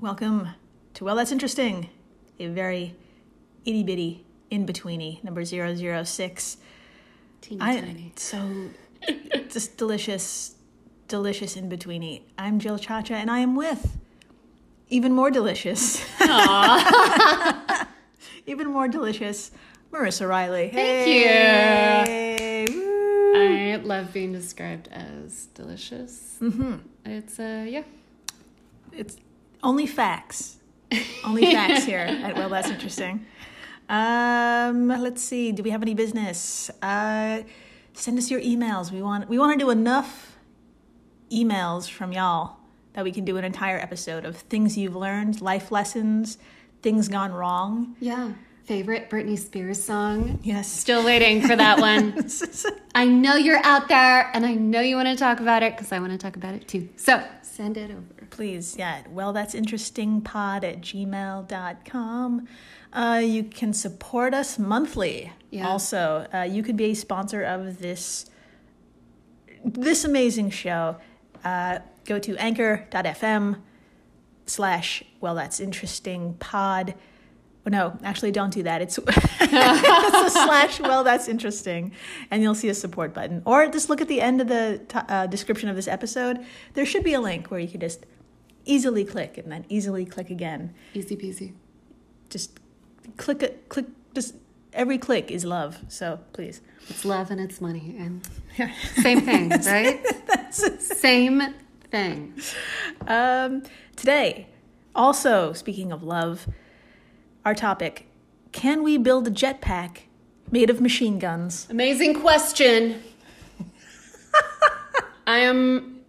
Welcome to Well That's Interesting, a very itty bitty in betweeny number 006. Teeny I, tiny. so just delicious, delicious in betweeny. I'm Jill Chacha and I am with even more delicious, even more delicious Marissa Riley. Thank hey. you. I love being described as delicious. Mm-hmm. It's uh yeah. It's only facts. Only facts here at Well That's Interesting. Um, let's see. Do we have any business? Uh, send us your emails. We want we want to do enough emails from y'all that we can do an entire episode of things you've learned, life lessons, things gone wrong. Yeah. Favorite Britney Spears song. Yes. Still waiting for that one. I know you're out there and I know you want to talk about it because I want to talk about it too. So send it over. please yeah well that's interesting pod at gmail.com uh, you can support us monthly Yeah. also uh, you could be a sponsor of this this amazing show uh, go to anchor.fm slash well that's interesting pod Oh, no actually don't do that it's, it's a slash well that's interesting and you'll see a support button or just look at the end of the t- uh, description of this episode there should be a link where you can just easily click and then easily click again Easy peasy. just click a, click just every click is love so please It's love and it's money and same thing, right? same thing. Um, today, also speaking of love, our topic: Can we build a jetpack made of machine guns? Amazing question. I am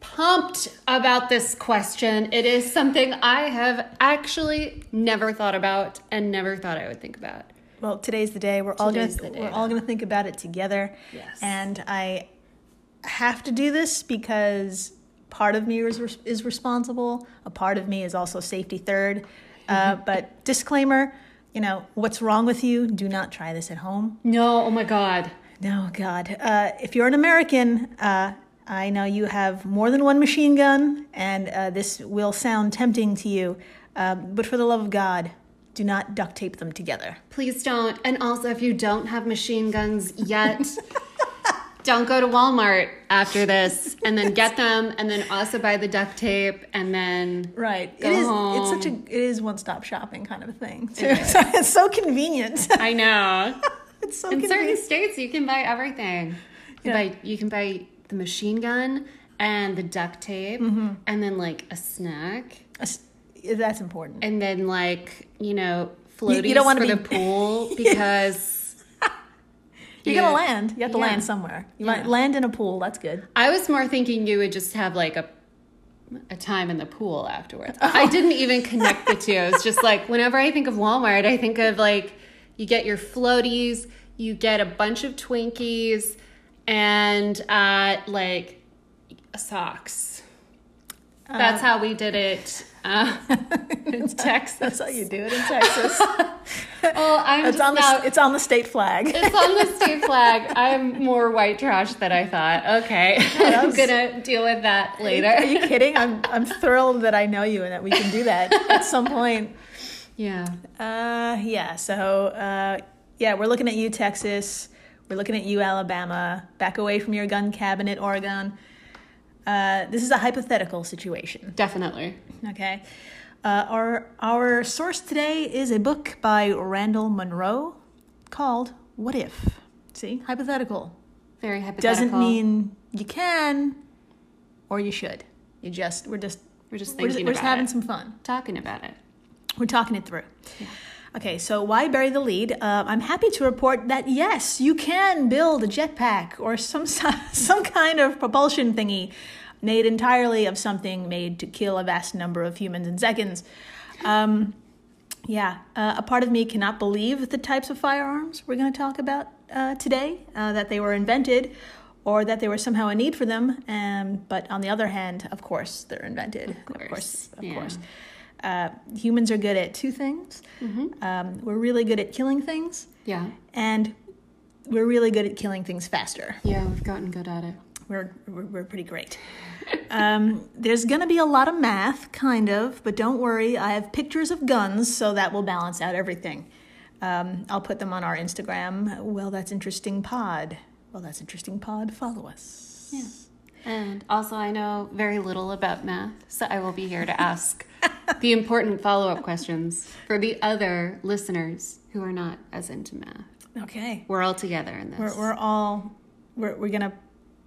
pumped about this question. It is something I have actually never thought about and never thought I would think about. Well, today's the day. We're all gonna Today's the day. we're all gonna think about it together. Yes. And I have to do this because part of me is res- is responsible. A part of me is also safety third. Uh, but disclaimer. You know, what's wrong with you? Do not try this at home. No, oh my God. No, God. Uh, if you're an American, uh, I know you have more than one machine gun, and uh, this will sound tempting to you. Um, but for the love of God, do not duct tape them together. Please don't. And also, if you don't have machine guns yet, don't go to Walmart after this and then get them and then also buy the duct tape and then. Right. Go it is. home. It's such a. It is one stop shopping kind of a thing. Too. So it's so convenient. I know. it's so In certain convenient. states, you can buy everything. You, can buy, you can buy the machine gun and the duct tape, Mm-hmm. and then like a snack, That's important. and then like you know floaties you don't wanna for be- the pool because You're Yeah. gonna land. You have to Yeah. land somewhere. You might Yeah. land in a pool. That's good. I was more thinking you would just have like a a time in the pool afterwards. I didn't even connect the two. It's just like whenever I think of Walmart, I think of like you get your floaties, you get a bunch of Twinkies, and uh, like socks. Uh, That's how we did it uh, in Texas. That's how you do it in Texas. Oh, I'm it's just on the. now. It's on the state flag. It's on the state flag. I'm more white trash than I thought. Okay, I'm was- gonna deal with that Are later. you kidding? I'm I'm thrilled that I know you and that we can do that at some point. Yeah. Uh, yeah. So uh, yeah, we're looking at you, Texas. We're looking at you, Alabama. Back away from your gun cabinet, Oregon. Uh, this is a hypothetical situation. Definitely. Okay. Uh, our our source today is a book by Randall Monroe called "What If." See, hypothetical Very hypothetical. doesn't mean you can or you should. You just we're just we're just we're just, thinking we're just about having it. some fun. talking about it. We're talking it through. Okay, so why bury the lead? Uh, I'm happy to report that yes, you can build a jetpack or some si- some kind of propulsion thingy made entirely of something made to kill a vast number of humans in seconds. Um, yeah, uh, a part of me cannot believe the types of firearms we're going to talk about uh, today, uh, that they were invented or that there was somehow a need for them. Um, but on the other hand, of course, they're invented. Of course, of course. course, yeah. Uh, humans are good at two things um, we're really good at killing things, Yeah. and we're really good at killing things faster Yeah, we've gotten good at it. we're, we're, we're pretty great. Um, there's going to be a lot of math, kind of, but don't worry. I have pictures of guns, so that will balance out everything. Um, I'll put them on our Instagram. Well, that's interesting pod. Well, that's interesting pod. Follow us. Yeah. And also, I know very little about math, so I will be here to ask the important follow up questions for the other listeners who are not as into math. Okay. We're all together in this. We're, we're all, we're, we're going to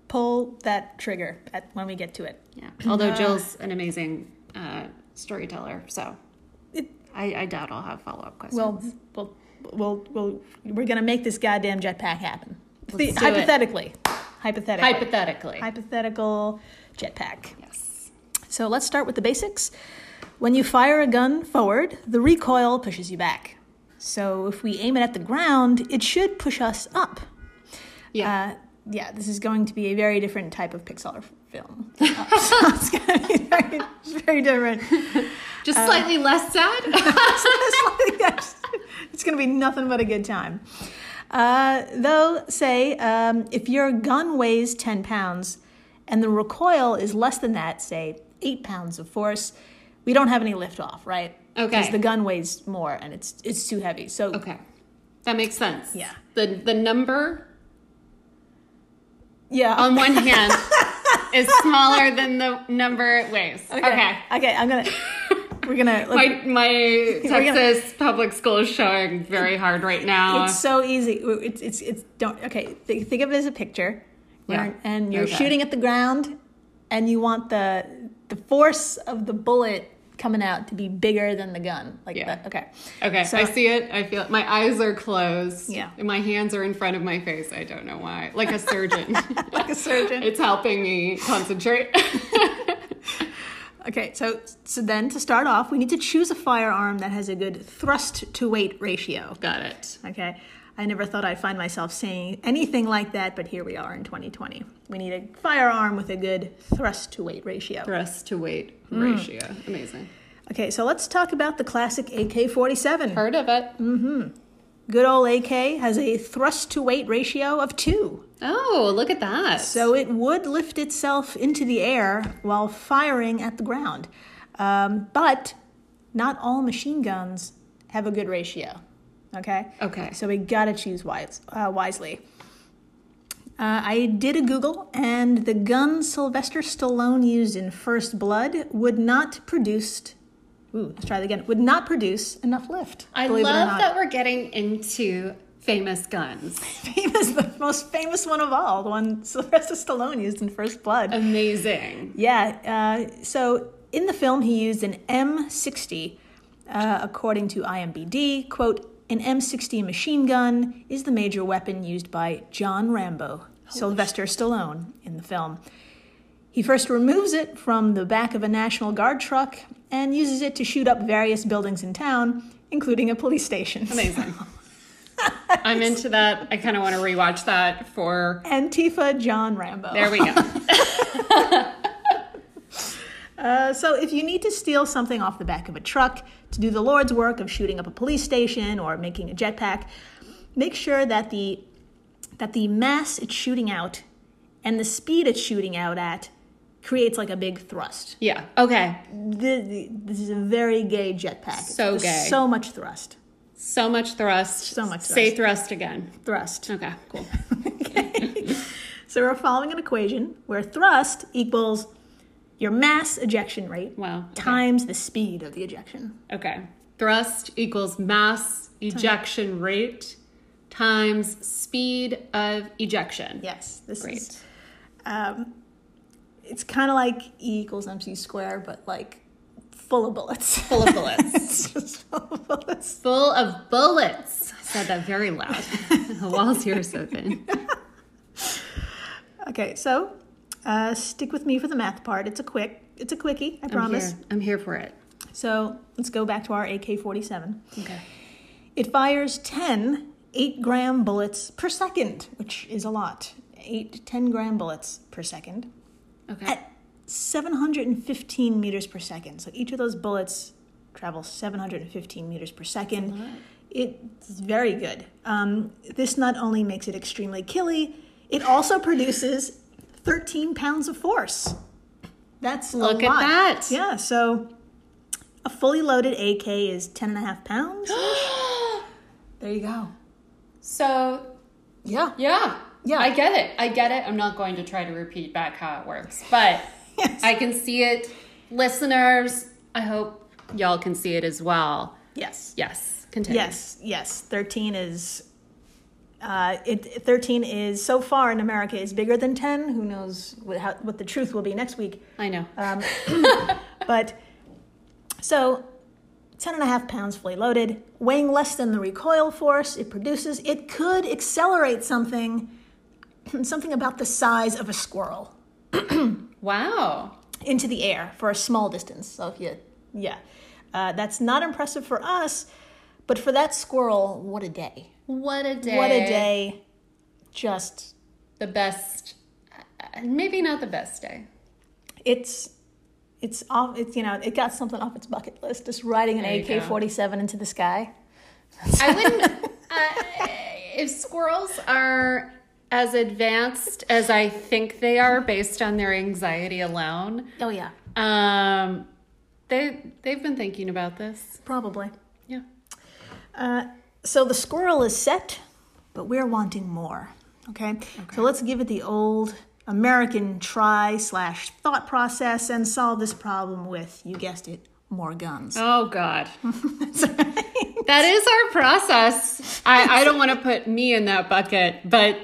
pull that trigger at, when we get to it. yeah. Although Jill's an amazing uh, storyteller, so It- I, I doubt I'll have follow up questions. Well, we'll, we'll, we'll we're going to make this goddamn jetpack happen. Let's do it. hypothetically. Hypothetically. hypothetically. hypothetical jetpack. yes. So let's start with the basics. When you fire a gun forward, the recoil pushes you back. So if we aim it at the ground, it should push us up. Yeah. Uh, yeah, this is going to be a very different type of Pixar film. Uh, so it's going to be very, very different. Just uh, slightly less sad. it's going to be nothing but a good time. Uh, though, say, um, if your gun weighs 10 pounds and the recoil is less than that, say, 8 pounds of force, we don't have any liftoff, right? Because Okay. the gun weighs more and it's, it's too heavy. So, okay. That makes sense. Yeah. The the number yeah. on one hand is smaller than the number it weighs. Okay. Okay, I'm going to. We're gonna. My, my gonna- Texas public school is showing very hard right now. It's so easy. It's it's it's don't okay. Th- think of it as a picture, where- Yeah. and you're Okay. shooting at the ground, and you want the the force of the bullet coming out to be bigger than the gun, like Yeah. that. Okay, okay, so- I see it. I feel it. My eyes are closed. Yeah. And my hands are in front of my face. I don't know why. Like a surgeon. like a surgeon. it's helping me concentrate. okay, so so then to start off, we need to choose a firearm that has a good thrust to weight ratio. Got it. Okay. I never thought I'd find myself saying anything like that, but here we are in 2020. We need a firearm with a good thrust to weight ratio. Breast to weight Hmm. ratio. Amazing. Okay, so let's talk about the classic AK 47. Heard of it. Good old AK has a thrust to weight ratio of two, Oh, look at that. so it would lift itself into the air while firing at the ground. Um, but not all machine guns have a good ratio. Okay. Okay. So we gotta choose wise, uh, wisely. Uh, I did a Google, and the gun Sylvester Stallone used in First Blood would not produced. Ooh, let's try that again. Would not produce enough lift. I believe it or love not. that we're getting into famous guns. famous, the most famous one of all, the one Sylvester Stallone used in First Blood. Amazing. Yeah, uh, so in the film, he used an M60, uh, according to IMBD. Quote, an M60 machine gun is the major weapon used by John Rambo, Sylvester Stallone, in the film. He first removes it from the back of a National Guard truck and uses it to shoot up various buildings in town, including a police station. Amazing. I'm into that. I kind of want to rewatch that for. Antifa John Rambo. There we go. Uh, so if you need to steal something off the back of a truck to do the Lord's work of shooting up a police station or making a jetpack, make sure that the that the mass it's shooting out and the speed it's shooting out at creates like a big thrust. Yeah. Okay. Th- th- This, is a very gay jetpack. So There's gay. So much thrust. So much thrust. So much Say thrust again. Thrust. Okay. Cool. So we're following an equation where thrust equals your mass ejection rate Wow. Okay. times the speed of the ejection. Okay. Thrust equals mass ejection rate times speed of ejection. Yes, this Great. is. Um, it's kind of like E equals MC square, but like full of bullets. Full of bullets. it's just full of bullets. Full of bullets. I said that very loud. the walls here are so thin. Okay, so uh, stick with me for the math part. It's a quick. It's a quickie. I promise. I'm here. I'm here for it. So let's go back to our AK forty-seven. Okay. It fires 10 8 gram bullets per second, which is a lot. 8 to 10 gram bullets per second Okay. at 715 meters per second. So each of those bullets travels 715 meters per second. It's very good. Um, this not only makes it extremely killy, it also produces 13 pounds of force. That's Look a at lot. that. Yeah, so a fully loaded AK is 10 and a half pounds. there you go. So, Yeah. yeah. Yeah. I get it. I get it. I'm not going to try to repeat back how it works, but Yes. I can see it. Listeners, I hope y'all can see it as well. yes. Yes. Continue. Yes, yes. 13 is uh it 13 is so far in America is bigger than 10. Who knows what how, what the truth will be next week. I know. Um, but so 10 and a half pounds fully loaded, weighing less than the recoil force it produces, it could accelerate something, something about the size of a squirrel Wow. into the air for a small distance. So if you, yeah, uh, that's not impressive for us, but for that squirrel, what a day! What a day. What a day! Just The best, uh, maybe not the best day. it's it's off it's you know it got something off its bucket list just riding an There you go. ak-47 into the sky I wouldn't. uh, if squirrels are as advanced as I think they are based on their anxiety alone, oh yeah um, they they've been thinking about this. probably Uh, Yeah. so the squirrel is set but we're wanting more okay, so let's give it the old american try slash thought process and solve this problem with you guessed it more guns Oh God. That is our process. I, I don't want to put me in that bucket, but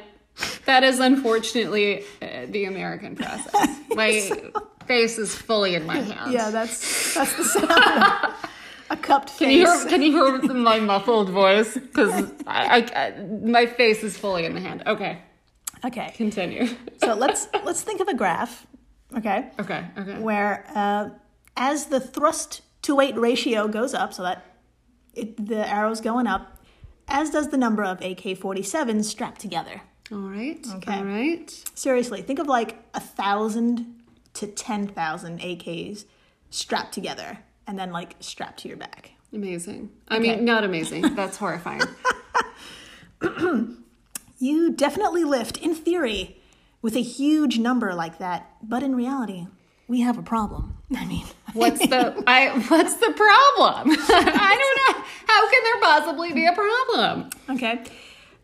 that is unfortunately uh, the American process. My face is fully in my hands. yeah that's that's the sound of a cupped Can face you hear, can you hear my muffled voice? Because I, I- I- my face is fully in the hand. Okay, okay continue. so let's let's think of a graph okay Okay, okay. where uh, as the thrust to weight ratio goes up, so that it, the arrow's going up, as does the number of AK 47s strapped together. All right, Okay. all right. Seriously, think of like a thousand to 10,000 AKs strapped together and then like strapped to your back. Amazing. I mean, not amazing. That's horrifying. You definitely lift, in theory, with a huge number like that, but in reality, we have a problem. I mean, What's the I? What's the problem? I don't know. How can there possibly be a problem? Okay.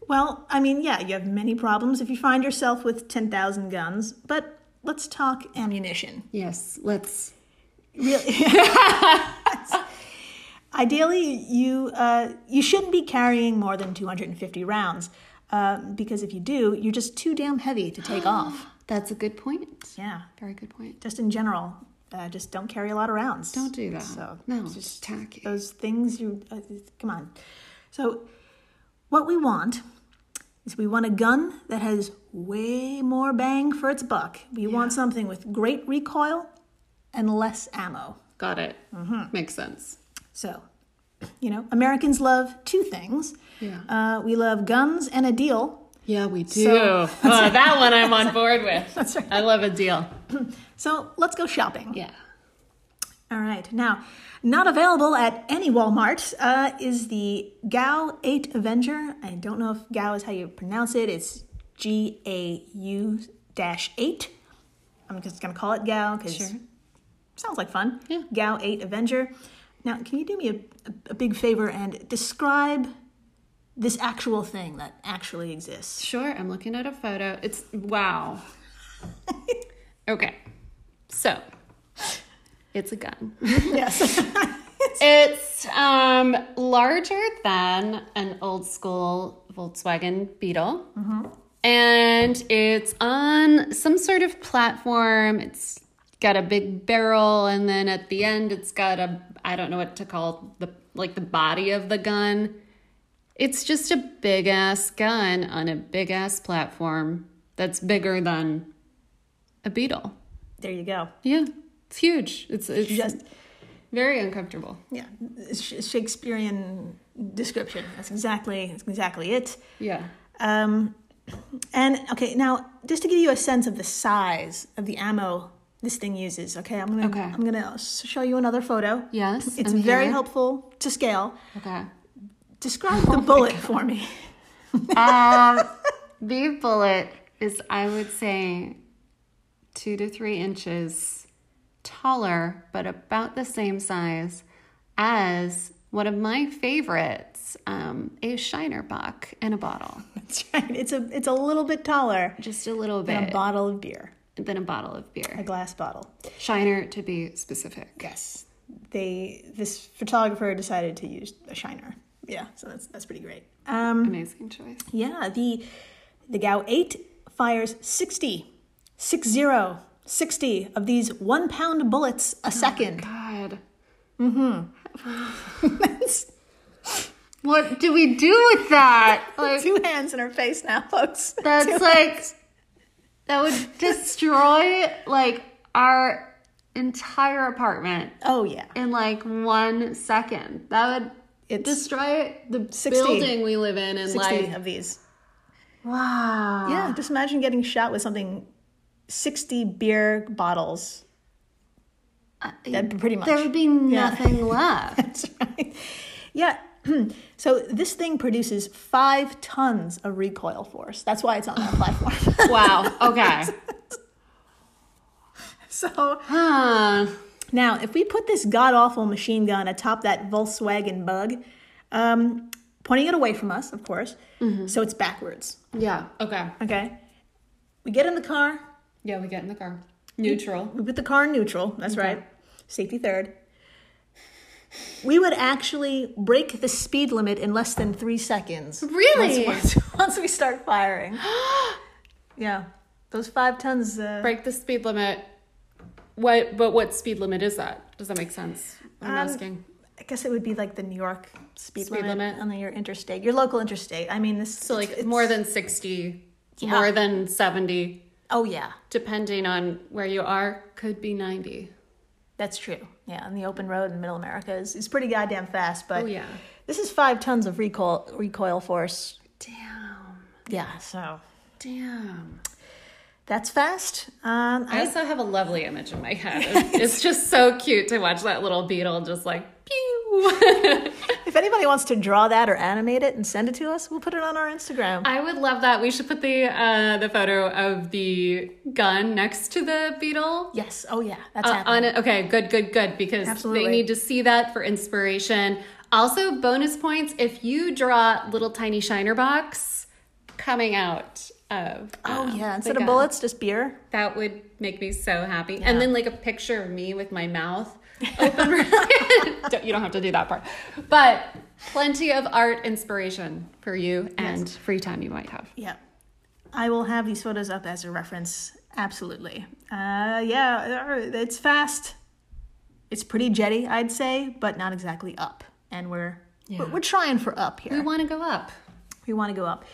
Well, I mean, yeah, you have many problems if you find yourself with 10,000 guns, but let's talk ammunition. Yes, let's. Really? Ideally, you, uh, you shouldn't be carrying more than 250 rounds, uh, because if you do, you're just too damn heavy to take off. That's a good point. Yeah. Very good point. Just in general, uh, just don't carry a lot of rounds. Don't do that. So, no, just tacky. those things you uh, come on so what we want is we want a gun that has way more bang for its buck we want something with great recoil and less ammo Got it. Mm-hmm. Makes sense. so you know americans love two things Yeah. uh, we love guns and a deal Yeah, we do. So- Oh, that one I'm on board with. That's right. I love a deal. so let's go shopping Yeah. all right now not available at any walmart uh, is the gao 8 avenger i don't know if gao is how you pronounce it it's g-a-u dash 8 i'm just going to call it gao because Sure. sounds like fun Yeah. gao 8 avenger now can you do me a, a, a big favor and describe this actual thing that actually exists Sure. I'm looking at a photo. It's wow. okay. So it's a gun. yes It's um, larger than an old school Volkswagen Beetle. And it's on some sort of platform. It's got a big barrel, and then at the end, it's got a I don't know what to call the like the body of the gun. It's just a big ass gun on a big ass platform that's bigger than a Beetle. there you go Yeah, it's huge. It's it's just very uncomfortable. yeah Sh- shakespearean description that's exactly that's exactly it Yeah. Um, and okay, now just to give you a sense of the size of the ammo this thing uses, okay, I'm gonna Okay. I'm gonna s- show you another photo. Yes, it's I'm very here. helpful to scale. Okay. Describe Oh the bullet for me. Um, the bullet is, I would say, two to three inches taller, but about the same size as one of my favorites, um, a Shiner Bock in a bottle, That's right. It's a it's a little bit taller just a little than a bit bottle of beer, than a bottle of a beer. glass bottle. Shiner, to be specific. Yes, they this photographer decided to use a shiner. Yeah, so that's that's pretty great. Um, Amazing choice. yeah, the the Gao Eight fires 60, 60, 60 of these one pound bullets a second. Oh God. Mm-hmm. what do we do with that? Like Two hands in her face now, folks. Two that's like that would destroy like our entire apartment Oh yeah, in like one second. That would It's destroy the 60. building we live in and sixty like of these. wow. Yeah, just imagine getting shot with something, sixty beer bottles. That pretty much. There would be nothing left. That's right. Yeah. So this thing produces five tons of recoil force. That's why it's on that platform. Wow. Okay. so Huh. now, if we put this god awful machine gun atop that Volkswagen Bug, um, pointing it away from us, of course, Mm-hmm. so it's backwards. Yeah. Okay. Okay. We get in the car. Yeah, we get in the car. Neutral. We put the car in neutral. That's right. Safety third. We would actually break the speed limit in less than three seconds. Really? Once, once- once we start firing. yeah. Those five tons. Uh, break the speed limit. What? But what speed limit is that? Does that make sense? I'm asking. I guess it would be like the New York speed, Speed limit, limit. on your interstate, your local interstate. I mean, this So like it's- more than sixty, Yeah. more than seventy, Oh yeah, depending on where you are, could be ninety. that's true. Yeah, on the open road in Middle America is, is pretty goddamn fast. But Oh yeah. this is five tons of recoil recoil force. Damn. Yeah, so Damn. that's fast. Um, I also have a lovely image in my head. It's- It's just so cute to watch that little beetle just like pew. If anybody wants to draw that or animate it and send it to us, we'll put it on our Instagram. I would love that. We should put the uh, the photo of the gun next to the beetle yes. Oh yeah, that's Uh, happening. on it. Okay, good, good, good. Because Absolutely. they need to see that for inspiration. Also, bonus points if you draw little tiny shiner box coming out of. Oh um, yeah, the instead of gun, bullets, just beer. That would make me so happy. And then like a picture of me with my mouth open. Don't- you don't have to do that part, but plenty of art inspiration for you and free time you might have. Yeah, I will have these photos up as a reference. Absolutely. Uh, yeah, uh, it's fast. It's pretty jetty, I'd say, but not exactly up. And we're we're, we're trying for up here. We want to go up. We want to go up.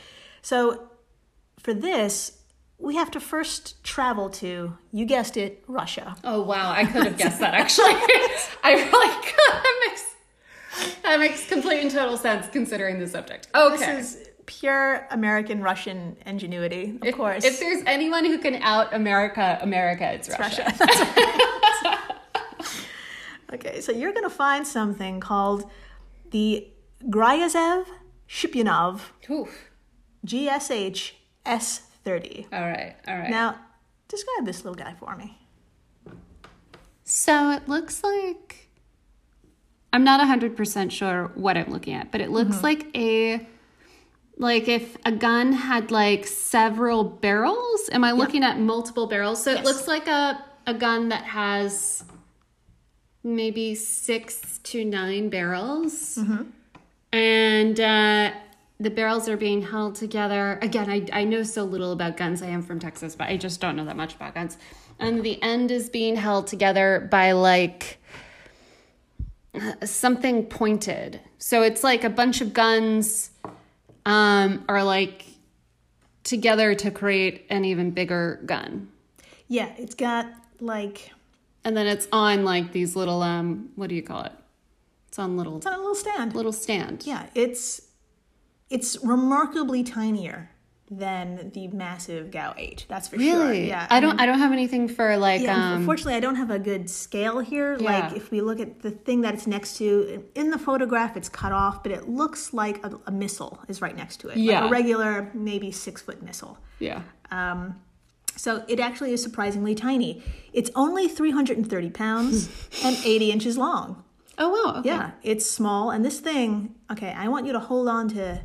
So for this, we have to first travel to, you guessed it, Russia. Oh wow, I could have guessed that actually. I really could. That makes that makes complete and total sense considering the subject. Okay. This is pure American Russian ingenuity, of if, course. If there's anyone who can out America, America, it's, Russia. Okay, so you're gonna find something called the Gryazev Shipyunov Oof. GSH S30. All right, all right. Now, describe this little guy for me. so it looks like I'm not 100% sure what I'm looking at, but it looks like a like if a gun had like several barrels. Am I looking at multiple barrels? So it looks like a a gun that has maybe six to nine barrels. And uh, the barrels are being held together. Again, I, I know so little about guns. I am from Texas, but I just don't know that much about guns. And the end is being held together by like uh, something pointed. So it's like a bunch of guns um, are like together to create an even bigger gun. Yeah, it's got like And then it's on like these little um what do you call it? It's on little it's on a little stand. little stand. Yeah, it's it's remarkably tinier than the massive Gao 8. That's for sure. Really? Yeah. I don't I don't have anything for like Yeah, unf- um unfortunately, I don't have a good scale here. Like, Yeah. if we look at the thing that it's next to in the photograph, it's cut off, but it looks like a, a missile is right next to it. Like Yeah. a regular, maybe six foot missile. yeah. So it actually is surprisingly tiny. It's only 330 pounds and 80 inches long. Oh wow. Okay. Yeah, it's small. And this thing, okay, I want you to hold on to,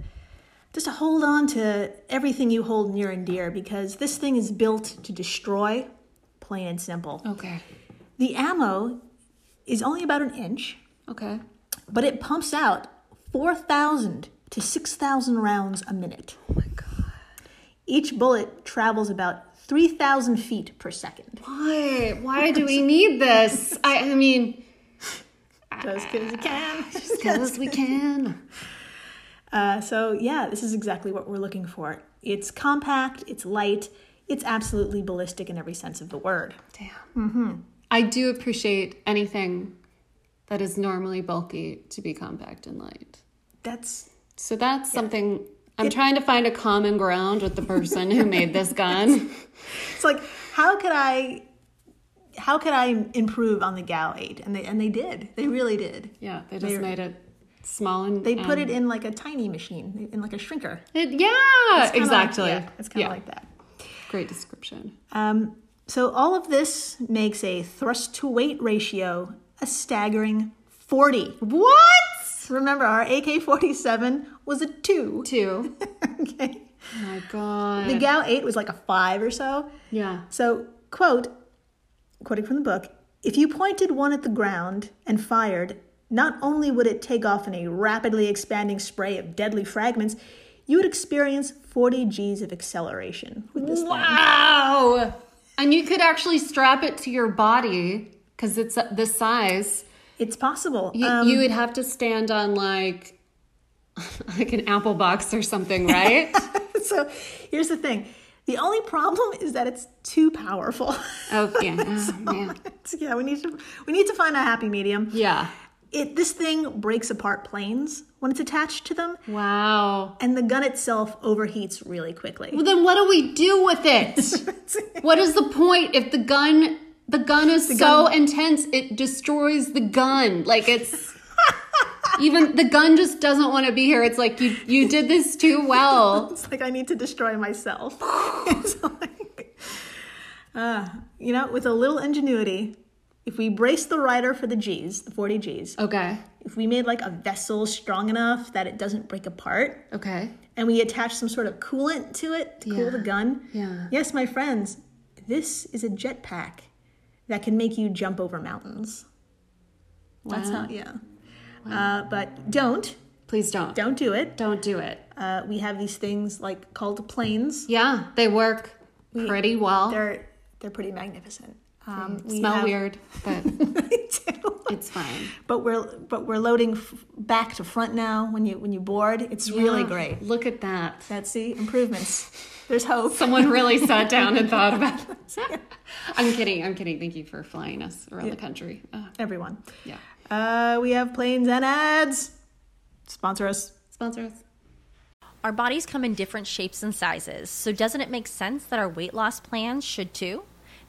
just to hold on to everything you hold near and dear because this thing is built to destroy, plain and simple. Okay. The ammo is only about an inch, Okay. but it pumps out 4,000 to 6,000 rounds a minute. Oh my god. Each bullet travels about 3,000 feet per second. Why? Why do we need this? I, I mean, Just because you can. because we can. Uh, so yeah, this is exactly what we're looking for. It's compact, it's light, it's absolutely ballistic in every sense of the word. Damn. Mm-hmm. I do appreciate anything that is normally bulky to be compact and light. That's So that's something I'm trying to find a common ground with the person who made this gun. it's like how could I how could I improve on the Gal 8? And they and they did. They really did. Yeah, they just made it small and They put and- it in like a tiny machine, in like a shrinker. it- yeah, Kinda like- exactly. yeah, it's kind Yeah, of like that. great description. Um, so all of this makes a thrust to weight ratio a staggering 40. What? Remember, our AK 47 was a 2. Two. okay. Oh my god. The Gal 8 was like a 5 or so. yeah. So, quote, quoting from the book, if you pointed one at the ground and fired, not only would it take off in a rapidly expanding spray of deadly fragments, you would experience 40 G's of acceleration with this thing. Wow. And you could actually strap it to your body because it's uh, this size. It's possible. You, Um, you would have to stand on like like an apple box or something, right? Uh, so, here's the thing the only problem is that it's too powerful. oh yeah. Oh, man. So, yeah, we need to we need to find a happy medium. Yeah. It this thing breaks apart planes when it's attached to them, Wow. and the gun itself overheats really quickly. Well, then what do we do with it? what is the point if the gun the gun is so intense it destroys the gun? Like it's even the gun just doesn't want to be here. It's like you you did this too well. It's like I need to destroy myself. It's like- Uh, you know, with a little ingenuity, if we brace the rider for the G's, the 40 G's, Okay. if we made like a vessel strong enough that it doesn't break apart, Okay. and we attach some sort of coolant to it to cool the Yeah. gun. Yeah. Yes, my friends, this is a jetpack that can make you jump over mountains. That's Wow. not, yeah. Uh, but don't, Please don't. don't do it. Don't do it. Uh, we have these things like called planes. Yeah, they work pretty well. They're they're pretty magnificent. Um, we Oh. Hmm. Smell have- weird, but They do. it's fine. but we're but we're loading f- back to front now. When you when you board, it's really Yeah, great. Look at that. That's the improvements. There's hope. Someone really sat down and thought about this. I'm kidding. I'm kidding. Thank you for flying us around the country. Uh, Everyone. yeah. Uh, we have planes and ads. Sponsor us. Sponsor us. Our bodies come in different shapes and sizes, so doesn't it make sense that our weight loss plans should too?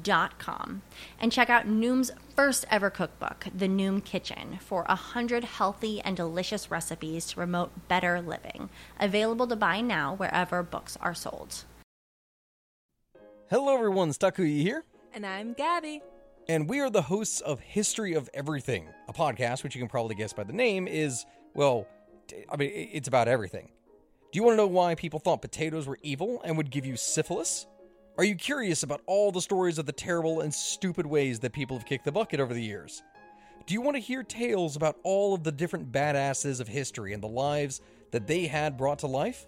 dot com and check out Noom's first ever cookbook, The Noom Kitchen, for a 100 healthy and delicious recipes to promote better living. Available to buy now wherever books are sold. Hello, everyone. Stakuyi here, And I'm Gabby. and we are the hosts of History of Everything, a podcast which you can probably guess by the name is, well, t- I mean, i- it's about everything. Do you want to know why people thought potatoes were evil and would give you syphilis? Are you curious about all the stories of the terrible and stupid ways that people have kicked the bucket over the years? Do you want to hear tales about all of the different badasses of history and the lives that they had brought to life?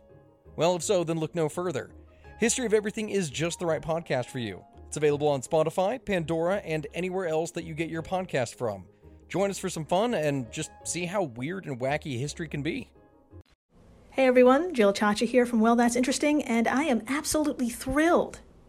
Well, if so, then look no further. History of Everything is just the right podcast for you. It's available on Spotify, Pandora, and anywhere else that you get your podcast from. Join us for some fun and just see how weird and wacky history can be. Hey everyone, Jill Chacha here from Well That's Interesting, and I am absolutely thrilled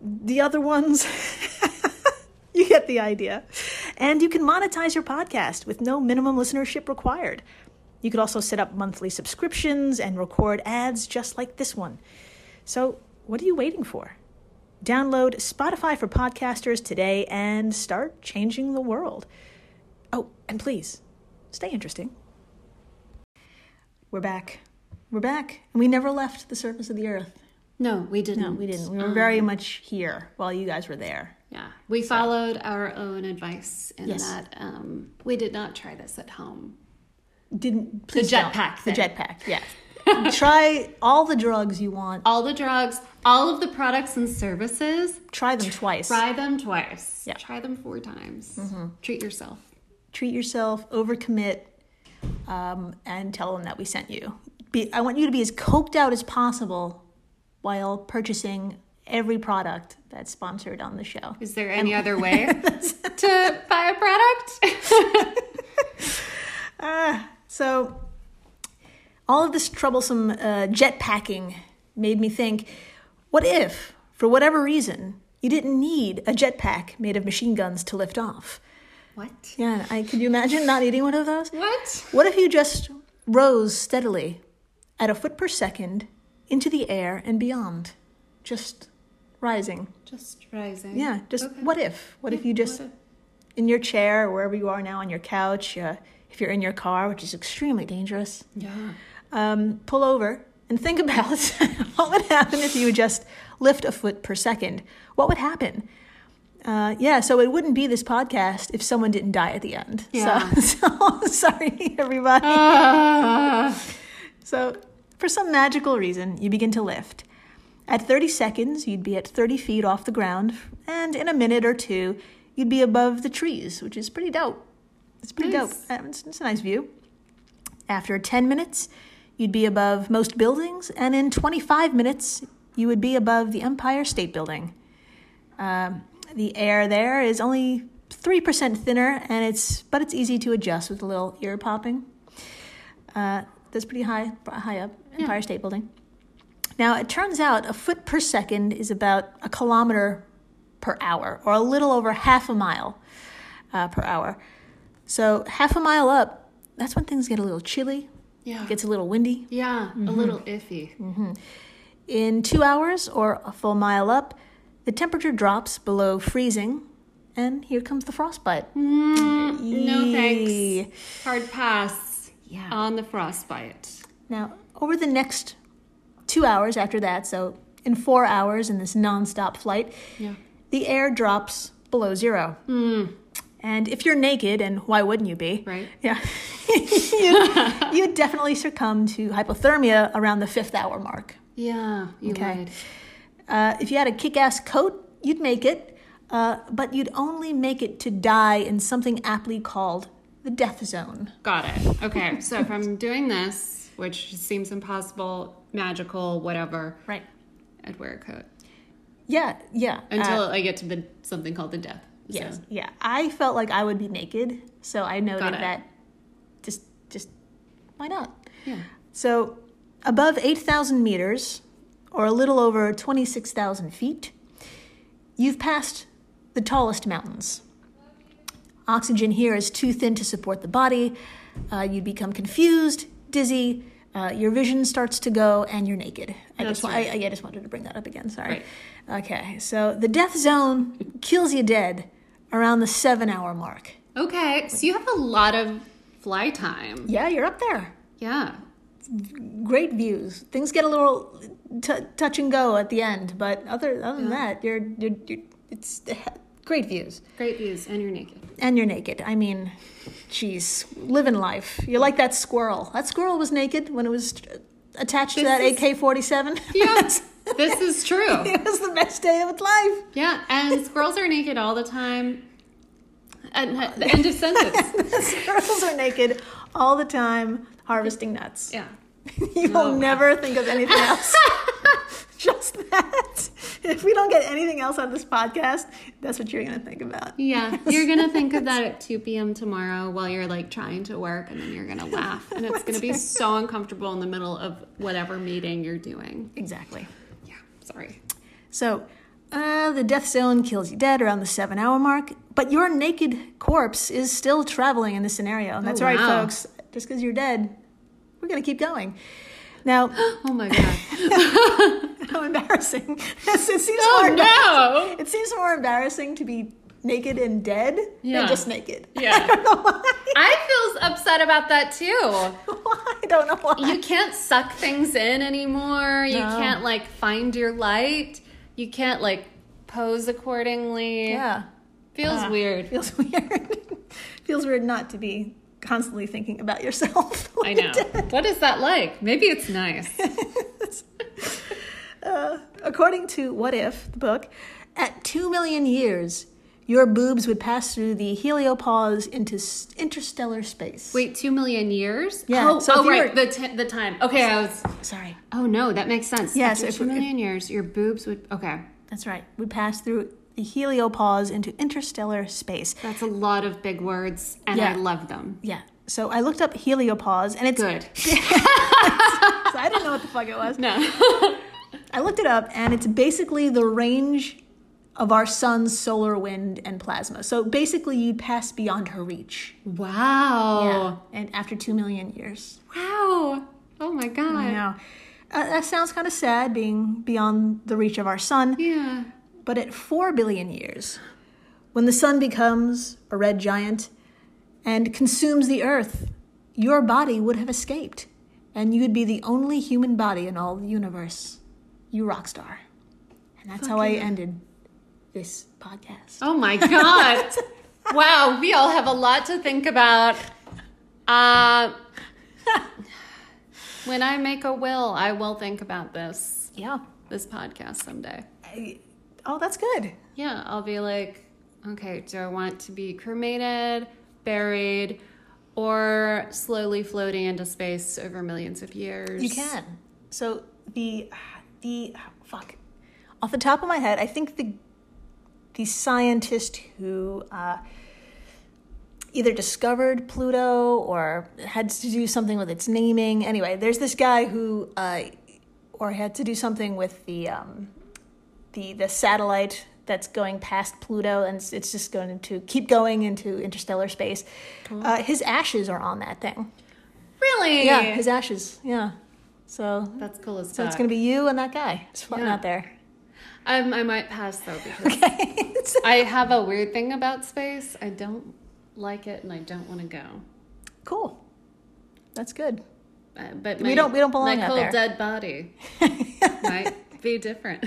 the other ones. you get the idea. And you can monetize your podcast with no minimum listenership required. You could also set up monthly subscriptions and record ads just like this one. So, what are you waiting for? Download Spotify for podcasters today and start changing the world. Oh, and please, stay interesting. We're back. We're back. And we never left the surface of the earth. No, we didn't. No, we didn't. We were very much here while you guys were there. Yeah, we followed our own advice in Yes. that um, we did not try this at home. Didn't please jetpack don't. The thing. jetpack, yes. Try all the drugs you want. All the drugs, all of the products and services, Try them twice. try them twice. Yeah. Try them four times. Treat yourself. Treat yourself, overcommit, um, and tell them that we sent you. Be, I want you to be as coked out as possible while purchasing every product that's sponsored on the show. Is there any other way to buy a product? So, all of this troublesome uh, jetpacking made me think what if, for whatever reason, you didn't need a jetpack made of machine guns to lift off? what? Yeah, I, could you imagine not eating one of those? What? What if you just rose steadily at a foot per second into the air and beyond? Just rising. Just rising. Yeah, just what if? What if you just what in your chair, or wherever you are now, on your couch, uh, if you're in your car, which is extremely dangerous? Yeah. um, pull over and think about what would happen if you would just lift a foot per second. What would happen? Uh, yeah, so it wouldn't be this podcast if someone didn't die at the end. Yeah. So, so sorry, everybody. Uh, So, for some magical reason, you begin to lift. At 30 seconds, you'd be at 30 feet off the ground, and in a minute or two, you'd be above the trees, which is pretty dope. It's pretty Nice. dope. Um, It's, it's a nice view. After 10 minutes, you'd be above most buildings, and in 25 minutes, you would be above the Empire State Building. Um, the air there is only 3% thinner, and it's, but it's easy to adjust with a little ear popping. Uh, that's pretty high, high up, Empire State Building. Now, it turns out a foot per second is about a kilometer per hour, or a little over half a mile uh, per hour. So, half a mile up, that's when things get a little chilly, Yeah. gets a little windy. yeah. A little iffy. In two hours, or a full mile up, the temperature drops below freezing, and here comes the frostbite. No Yee. thanks. Hard pass Yeah. on the frostbite. Now, over the next two hours after that, so in four hours in this nonstop flight, Yeah. Hmm. the air drops below zero. And if you're naked, and why wouldn't you be? Right. Yeah. you'd, you'd definitely succumb to hypothermia around the fifth hour mark. Yeah. You Okay. would. Uh, if you had a kick ass coat, you'd make it, uh, but you'd only make it to die in something aptly called the death zone. Got it. Okay. So if I'm doing this, which seems impossible, magical, whatever, Right. I'd wear a coat Yeah, yeah. until Uh, I get to the something called the death. yes, zone. yeah. I felt like I would be naked, so I noted Got it. that just, just, why not? Yeah. So, above 8,000 meters, or a little over 26,000 feet, you've passed the tallest mountains. Oxygen here is too thin to support the body. Uh, you become confused, dizzy, uh, your vision starts to go, and you're naked. I That's just, wa- right. Oh, I, I just wanted to bring that up again, sorry. Okay, so the death zone kills you dead around the seven hour mark. Okay. So you have a lot of fly time. Yeah, you're up there. Yeah. great views. Things get a little t- touch and go at the end, but other other than that, you're you're, you're It's great views. Great views, and you're naked. And you're naked. I mean, geez, living life. You're like that squirrel. That squirrel was naked when it was attached to that This AK 47. Yeah, this is true. it was the best day of its life. Yeah, and squirrels are naked all the time. And the end of sentence. Squirrels are naked all the time harvesting nuts. Yeah. You will Oh, wow. never think of anything else. Just that. If we don't get anything else on this podcast, that's what you're going to think about. Yeah. You're going to think of that at 2 p.m. tomorrow while you're like trying to work and then you're going to laugh. And it's going to be so uncomfortable in the middle of whatever meeting you're doing. Exactly. Yeah. Sorry. So, uh, the death zone kills you dead around the seven hour mark, but your naked corpse is still traveling in this scenario. And that's all right, Oh, wow. folks. Just because you're dead, we're going to keep going. Now, Oh my God. how embarrassing. it seems more Oh embar- no. It seems more embarrassing to be naked and dead Yeah. than just naked. Yeah. I feel upset about that too. I don't know why. you can't suck things in anymore. You No. can't like find your light. You can't like pose accordingly. yeah. Feels weird. Feels weird. Feels weird not to be constantly thinking about yourself. I know. what is that like? Maybe it's nice. According to What If, the book, at 2 million years, your boobs would pass through the heliopause into s- interstellar space. Wait, 2 million years? Yeah, Oh, so if oh you right, were- the t- the time. Okay, I was Sorry. Oh no, that makes sense. Yeah, so After if 2 we- million years, your boobs would Okay. That's right. We pass through the heliopause into interstellar space. That's a lot of big words and I Yeah. love them. Yeah. So I looked up heliopause and it's Good. So I didn't know what the fuck it was. No. I looked it up and it's basically the range of our sun's solar wind and plasma. So basically you'd pass beyond her reach. Wow. Yeah. And after 2 million years. Wow. Oh my god. I know. Uh, that sounds kind of sad being beyond the reach of our sun, Yeah. but at 4 billion years, when the sun becomes a red giant and consumes the earth, your body would have escaped and you'd be the only human body in all the universe. You rock star. And that's how I ended this podcast. Oh my god! wow, we all have a lot to think about. Uh, when I make a will, I will think about this Yeah. this podcast someday. I- oh, that's good. Yeah, I'll be like, okay, do I want to be cremated, buried, or slowly floating into space over millions of years? You can. So the the fuck off the top of my head, I think the the scientist who uh, either discovered Pluto or had to do something with its naming. Anyway, there's this guy who uh, or had to do something with the um, the the satellite that's going past Pluto and it's, it's just going to keep going into interstellar space. Uh, his ashes are on that thing. Really? Yeah, his ashes. Yeah. So That's cool as fuck. so it's gonna be you and that guy just floating Yeah. out there. Um, I might pass though because I have a weird thing about space. I don't like it, and I don't want to go. cool. That's good. Uh, but We my- don't- we don't belong My out cold there. dead body might be different.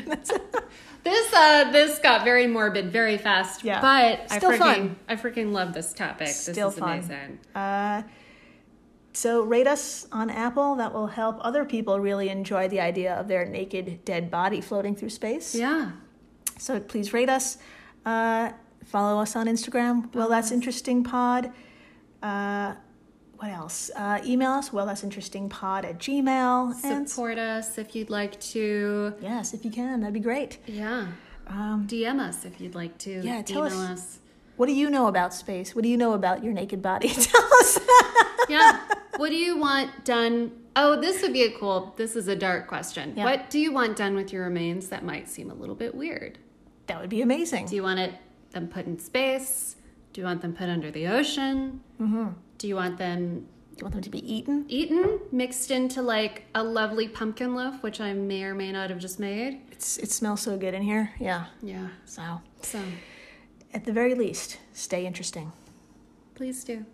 this uh, this got very morbid very fast. Yeah. but Still I freaking fun. I freaking love this topic. Still this is fun. amazing. Uh, so rate us on Apple. That will help other people really enjoy the idea of their naked dead body floating through space. Yeah, So please rate us. Uh, follow us on Instagram. Well, that's interesting pod. Uh, what else? Uh, email us. Well, that's interesting pod at Gmail. And support us if you'd like to. yes, if you can, that'd be great. Yeah, Um, DM us if you'd like to. Yeah, tell email us. us. What do you know about space? What do you know about your naked body? Tell us. yeah. What do you want done? Oh, this would be a cool. This is a dark question. Yeah. What do you want done with your remains that might seem a little bit weird? That would be amazing. Do you want it them put in space? Do you want them put under the ocean? Do you want them you want them to be eaten? eaten, mixed into like a lovely pumpkin loaf, which I may or may not have just made? It's, it smells so good in here. Yeah. Yeah. So, So at the very least, stay interesting. please do.